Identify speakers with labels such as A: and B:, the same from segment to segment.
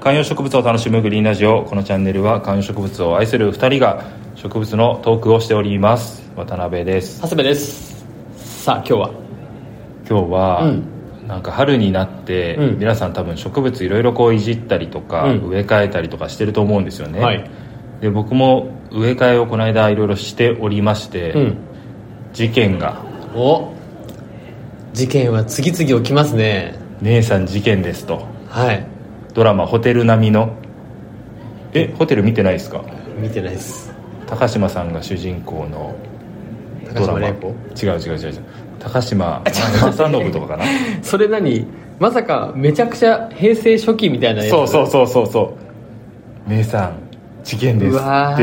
A: 観葉植物を楽しむグリーンラジオこのチャンネルは観葉植物を愛する2人が植物のトークをしております渡辺です
B: 長谷部ですさあ今日は
A: 今日は、
B: う
A: なんか春になって、
B: うん
A: 皆さん多分植物いろいろこういじったりとか、
B: うん
A: 植え替えたりとかしてると思うんですよね、
B: はい
A: で僕も植え替えをこの間いろいろしておりまして、
B: うん
A: 事件が
B: お事件は次々起きますね
A: 「姉さん事件です」と
B: はい
A: ドラマ「ホテル並みの」えホテル見てないですか
B: 見てないです
A: 高島さんが主人公の
B: 高
A: ドラ
B: 島
A: マ
B: 礼
A: 違
B: 子
A: う違う違う違う高島正信とかかな
B: それ何まさかめちゃくちゃ平成初期みたいなやつ
A: そうそうそうそうそう姉さん事件です
B: う
A: ってや
B: わ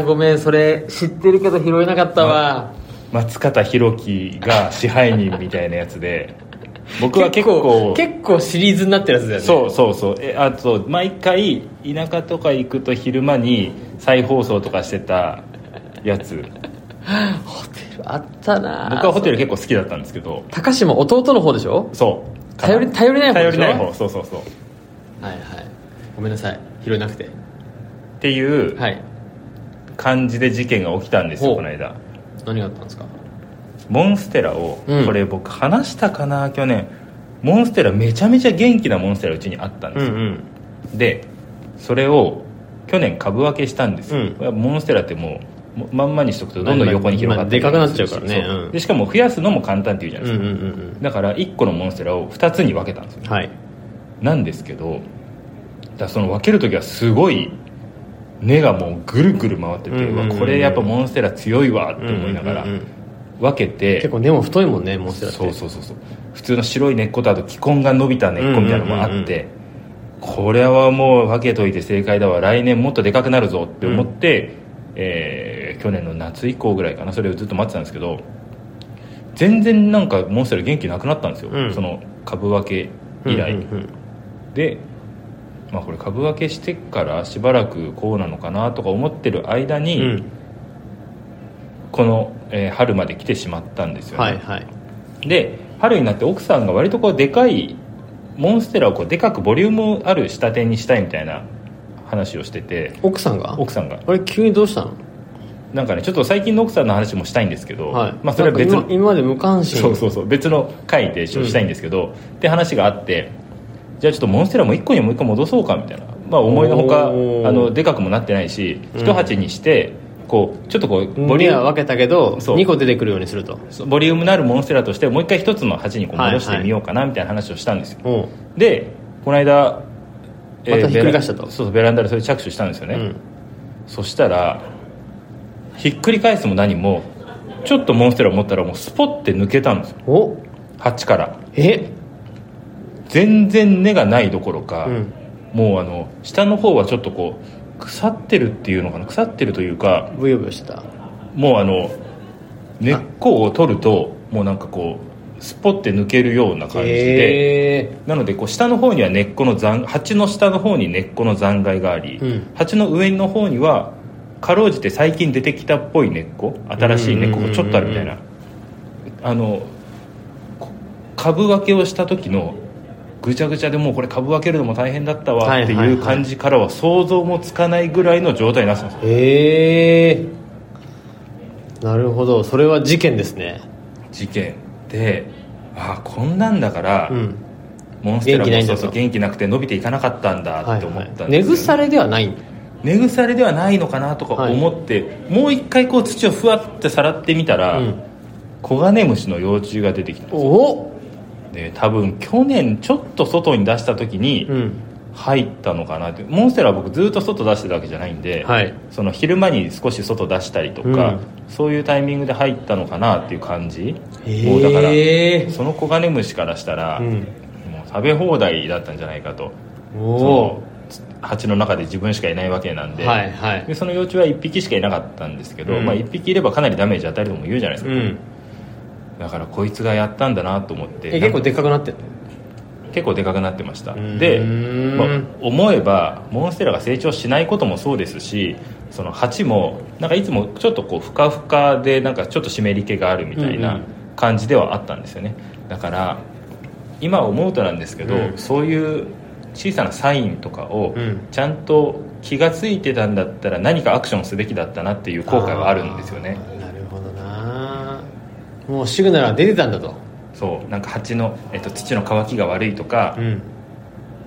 B: ーごめんそれ知ってるけど拾えなかったわ
A: つ松方弘樹が支配人みたいなやつ で僕は結
B: 結構
A: 構
B: 結構シリーズになってるやつだよね
A: そうそうそうえあと毎回田舎とか行くと昼間に再放送とかしてたやつ
B: ホテルあったな
A: 僕はホテル結構好きだったんですけど
B: 高島弟の方でしょ
A: そう
B: 頼り頼りない方でし
A: 頼
B: ょ
A: りない方そうそうそうっ
B: はいはいごめんなさい拾えなくて
A: ていう
B: はい
A: 感じで事件が起きたんです
B: ほ
A: よ
B: う
A: この間
B: 何があったんですか
A: モンステラを、
B: うん
A: これ僕話したかな去年モンステラめちゃめちゃ元気なモンステラうちにあったんですよ、
B: ん
A: でそれを去年株分けしたんですよ、
B: うん
A: これはモンステラってもうもまんまにしとくとどんどん横に広がって
B: まあまあでかくなっちゃうからね
A: そう
B: うん
A: でしかも増やすのも簡単っていうじゃ
B: うん
A: な
B: う
A: い
B: ん
A: で
B: う
A: すか、
B: ん
A: だから1個のモンステラを2つに分けたんですよ
B: うんはい
A: なんですけどだからその分ける時はすごい根がもうぐるぐる回ってて、
B: うんうんうんうん
A: うわこれやっぱモンステラ強いわって思いながら
B: うんうんうん
A: 分けて、
B: 結構根も太いもんねモンステラって
A: そうそうそうそう普通の白い根っことあと気根が伸びた根っこみたいなのもあって、
B: うんうんうんう
A: これはもう分けといて正解だわ来年もっとでかくなるぞって思って、えー去年の夏以降ぐらいかなそれをずっと待ってたんですけど全然なんかモンステラ元気なくなったんですよ、
B: うん
A: その株分け以来、
B: うんうんうん
A: で、まあ、これ株分けしてからしばらくこうなのかなとか思ってる間に、この、えー春まで来てしまったんです
B: うん
A: よね、
B: はいはい
A: で春になって奥さんが割とこうでかいモンステラをこうでかくボリュームある仕立てにしたいみたいな話をしてて
B: 奥さんが
A: 奥さんが
B: あれ急にどうしたの
A: なんかねちょっと最近の奥さんの話もしたいんですけど、
B: はい
A: まあ、それは別
B: なん
A: の
B: か今今まで無関心
A: そうそうそう別の回で一緒にしたいんですけど、って話があってじゃあちょっとモンステラも1個にもう1個戻そうかみたいな、まあ、思いのほかあ
B: おー
A: のでかくもなってないし
B: うん
A: 一鉢にしてこうちょっとこうボ
B: ボ
A: リ
B: リ
A: ュー
B: は
A: ム
B: 分けたけど
A: そう
B: 2個出てくるようにすると
A: そうボリュームのあるモンステラとしてもう一回一つの鉢にこう戻してみようかなみたいな話をしたんですよ、
B: おう
A: でこの間、
B: またひっくり返
A: ベラ
B: したと
A: そうそうベランダでそれ着手したんですよね、
B: うん
A: そしたらひっくり返すも何もちょっとモンステラ持ったらもうスポッて抜けたんですよ
B: お
A: 鉢から
B: え
A: 全然根がないどころか、
B: うん
A: もうあの下の方はちょっとこう腐ってるっていうのかな腐ってるというか
B: ブヨブヨしてた
A: もうあの根っこを取るともうなんかこうスポッて抜けるような感じで、
B: え
A: なのでこう下の方には根っこの残鉢の下の方に根っこの残骸があり、
B: うん
A: 鉢の上の方にはかろうじて最近出てきたっぽい根っこ新しい根っこがちょっとあるみたいなあのこ株分けをした時のぐちゃぐちゃでもうこれ株分けるのも大変だった
B: は
A: わっ
B: いは
A: て
B: いはい
A: いう感じからは想像もつかないぐらいの状態になってたんですよ
B: ええなるほどそれは事件ですね
A: 事件でああこんなんだから、
B: うん
A: モンステラ
B: 元気な
A: も
B: いん
A: そ
B: だ
A: う
B: と
A: そう元気なくて伸びていかなかったんだ
B: は
A: っ
B: い
A: て思ったんです
B: は
A: よ
B: い
A: ね
B: 根腐れではない
A: 根腐れではないのかなとか思って、もう一回こう土をふわってさらってみたら、
B: うん
A: コガネムシの幼虫が出てきたんですよ
B: お
A: で多分去年ちょっと外に出した時に
B: うん
A: 入ったのかなってモンステラは僕ずっと外出してたわけじゃないんで、
B: はい
A: その昼間に少し外出したりとか、
B: う
A: そういうタイミングで入ったのかなっていう感じ、もうだから
B: ええ
A: そのコガネムシからしたら、
B: うん
A: もう食べ放題だったんじゃないかとそ
B: お
A: の鉢の中で自分しかいないわけなん
B: お
A: で、
B: はいはい
A: でその幼虫は1匹しかいなかったんですけど、
B: うん
A: まあ、1匹いればかなりダメージ与えるとも言うじゃないです
B: う
A: か、
B: ん
A: だからこいつがやったんだなと思って
B: え結構
A: なんか
B: でっかくなってる
A: 結構でかくなってました
B: ーん
A: で、まあ思えばモンステラが成長しないこともそうですしその鉢もなんかいつもちょっとこうふかふかでなんかちょっと湿り気があるみたい
B: うんう
A: なん感じではあったんですよねだから今思うとなんですけど、
B: うん
A: そういう小さなサインとかを
B: うん
A: ちゃんと気が付いてたんだったら何かアクションすべきだったなっていう後悔はあるんですよね
B: あーなるほどなもうシグナルは出てたんだと
A: そうなんか蜂の、えっと、土の乾きが悪いとか、
B: うん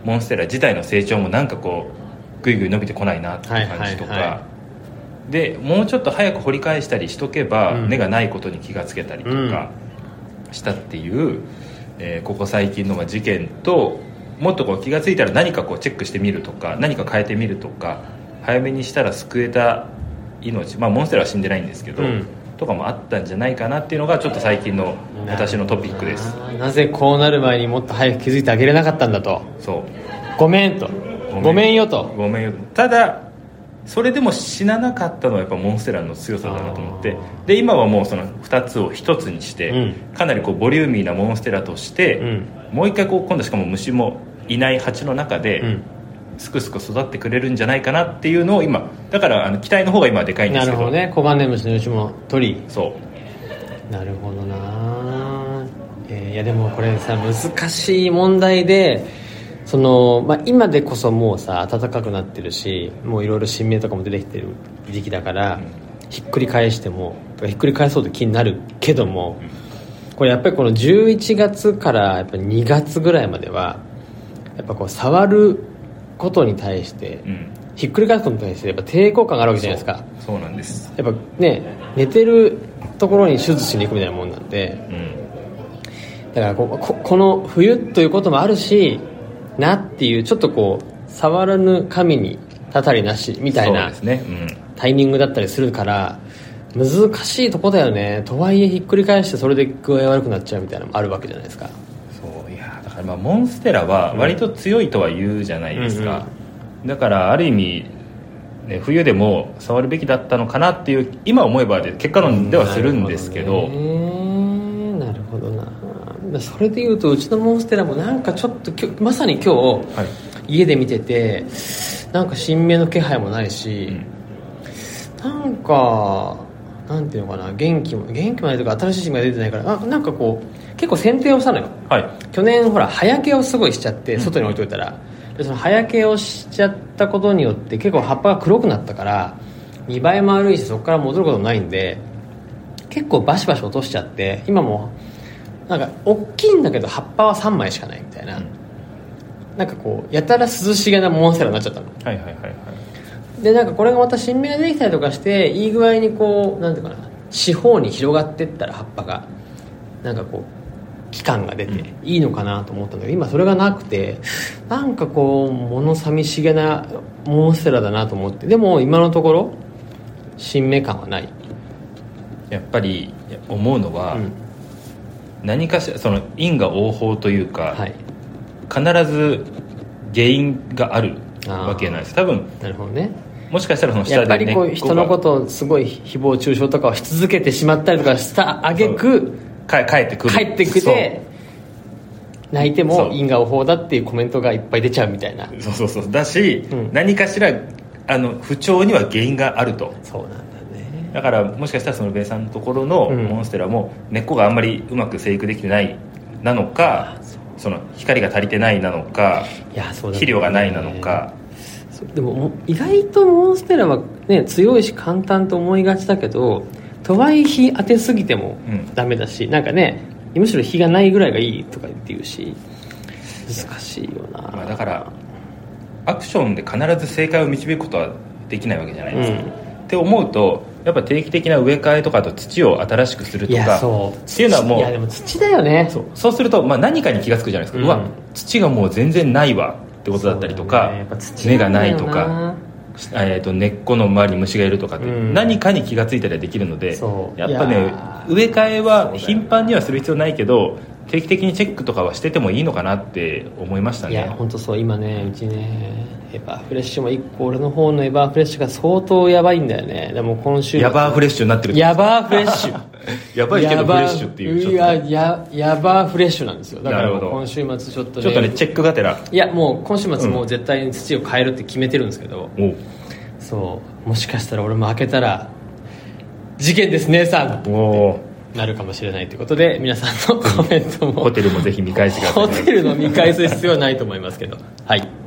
A: モンステラ自体の成長もなんかこうぐいぐい伸びてこないなっていう感じとか、
B: はいはいは
A: でもうちょっと早く掘り返したりしとけば、
B: うん
A: 根がないことに気がつけたりとかしたっていう、えーここ最近のまあ事件ともっとこう気がついたら何かこうチェックしてみるとか何か変えてみるとか早めにしたら救えた命、まあ、モンステラは死んでないんですけど、
B: うん
A: とかもあったんじゃないかなっていうのがちょっと最近の私のトピックです
B: ななぜこうなる前にもっと早く気づいてあげれなかったんだと
A: そう
B: ごめんとごめんよと
A: ごめんよただそれでも死ななかったのはやっぱモンステラの強さだなと思っ
B: あ
A: て
B: ー
A: で今はもうその2つを1つにして、
B: うん
A: かなりこうボリューミーなモンステラとして、
B: うん
A: もう一回こう今度しかも虫もいない蜂の中で、
B: うん
A: すくすく育ってくれるんじゃないかなっていうのを今だからあの期待の方が今はでかいんで
B: な
A: すけ
B: る
A: ど
B: ほどねコガネムシの虫も取り
A: そう
B: なるほどな、えーいやでもこれさ難しい問題でその、まあ、今でこそもうさ暖かくなってるしもういろいろ新芽とかも出てきてる時期だから、ひっくり返してもひっくり返そうと気になるけども、これやっぱりこの11月からやっぱ2月ぐらいまではやっぱこう触ることに対して、
A: うん
B: ひっくり返すことに対してやっぱ抵抗感があるわけじゃないですか
A: そうなんです
B: やっぱね寝てるところに手術しに行くみたいなもんなんで
A: うん
B: だからこここの冬ということもあるしなっていうちょっとこう触らぬ神にたたりなしみたいな
A: そうですね
B: タイミングだったりするから難しいとこだよねとはいえひっくり返してそれで具合悪くなっちゃうみたいなのもあるわけじゃないですか
A: うんそういやだからまあモンステラは割と強いとは言うじゃないですか、だからある意味、ね、冬でも触るべきだったのかなっていう今思えばで結果論ではするんですけど
B: なるほねなるほどなそれでいうとうちのモンステラもなんかちょっと今日まさに今日、
A: はい
B: 家で見ててなんか新芽の気配もないし、
A: うん
B: なんかなんていうのかな元気も元気もないというか新しい新芽が出てないからあなんかこう結構剪定をしたのよ
A: はい
B: 去年ほら早けをすごいしちゃって外に置いといたら、でその早けをしちゃったことによって結構葉っぱが黒くなったから見栄えも悪いしそこから戻ることもないんで結構バシバシ落としちゃって今もなんか大きいんだけど葉っぱは3枚しかないみたいな、
A: うん
B: なんかこうやたら涼しげなモンステラになっちゃったの
A: はいはいはいはい
B: でなんかこれがまた新芽ができたりとかしていい具合にこうなんていうかな四方に広がってったら葉っぱがなんかこう期間が出ていいのかなと思ったんだけど、今それがなくてなんかこう物寂しげなモンステラだなと思ってでも今のところ新芽感はない、
A: やっぱり思うのは、
B: うん
A: 何かしらその因果応報というか、
B: はい
A: 必ず原因があるわけなんです多分
B: なるほどね
A: もしかしたらその
B: や
A: 下
B: っぱ
A: で根
B: り
A: っ
B: こ
A: こ
B: う
A: が
B: 人のことをすごい誹謗中傷とかをし続けてしまったりとかした挙句
A: か帰ってくる
B: 帰ってきて泣いて
A: そ
B: も
A: う
B: 因果応報だっていうコメントがいっぱい出ちゃうみたいな
A: そうそうそうそうだし、
B: うん
A: 何かしらあの不調には原因があると
B: そうなんだね
A: だからもしかしたらそのベイさんのところの
B: うん
A: モンステラも根っこがあんまりうまく生育できてないなのか、その光が足りてないなのか
B: いやそうだね
A: 肥料がないなのか、
B: そうでもも意外とモンステラはね強いし簡単と思いがちだけどとはいえ日当てすぎても
A: うん
B: ダメだし、なんかねむしろ日がないぐらいがいいとか言って言うし難しいよな、
A: まあ、だからアクションで必ず正解を導くことはできないわけじゃないですか、
B: うん
A: って思うとやっぱ定期的な植え替えとかあと土を新しくする
B: い
A: と
B: や
A: か
B: そう
A: っていうのはもう
B: いやでも土だよね
A: そうそうすると、まあ、何かに気が付くじゃないですか、
B: う
A: うんわ土がもう全然ないわってことだったりと
B: そう
A: か、
B: だねやっぱ土
A: 根が
B: んだ
A: ない
B: よ
A: とか、えー、と根っこの周りに虫がいるとかって、
B: うん
A: 何かに気が付いたりはできるので
B: そう
A: やっぱ
B: い
A: ね
B: やー
A: 植え替え
B: そう
A: は
B: だよ
A: 頻繁にはする必要ないけど定期的にチェックとかはしててもいいのかなって思いました
B: い
A: ね
B: や本当そう今ねうちねエバーフレッシュも1個俺の方のエバーフレッシュが相当やばいんだよねでも今週
A: ヤバーフレッシュになってる
B: ヤバーフレッシュ
A: やばいけどフレッシュっていうちょっと
B: やばいややバーフレッシュなんですよだか
A: な
B: ら
A: るほど
B: 今週末ちょっとね
A: ちょっとねチェックがてら
B: いやもう今週末もう絶対に土を変えるって決めてるんですけど、
A: おう
B: そうもしかしたら俺も開けたら事件です姉さん
A: おう
B: なるかもしれないということで皆さんのコメントも
A: ホテルもぜひ見返してください
B: ホテルの見返す必要はないと思いますけどはい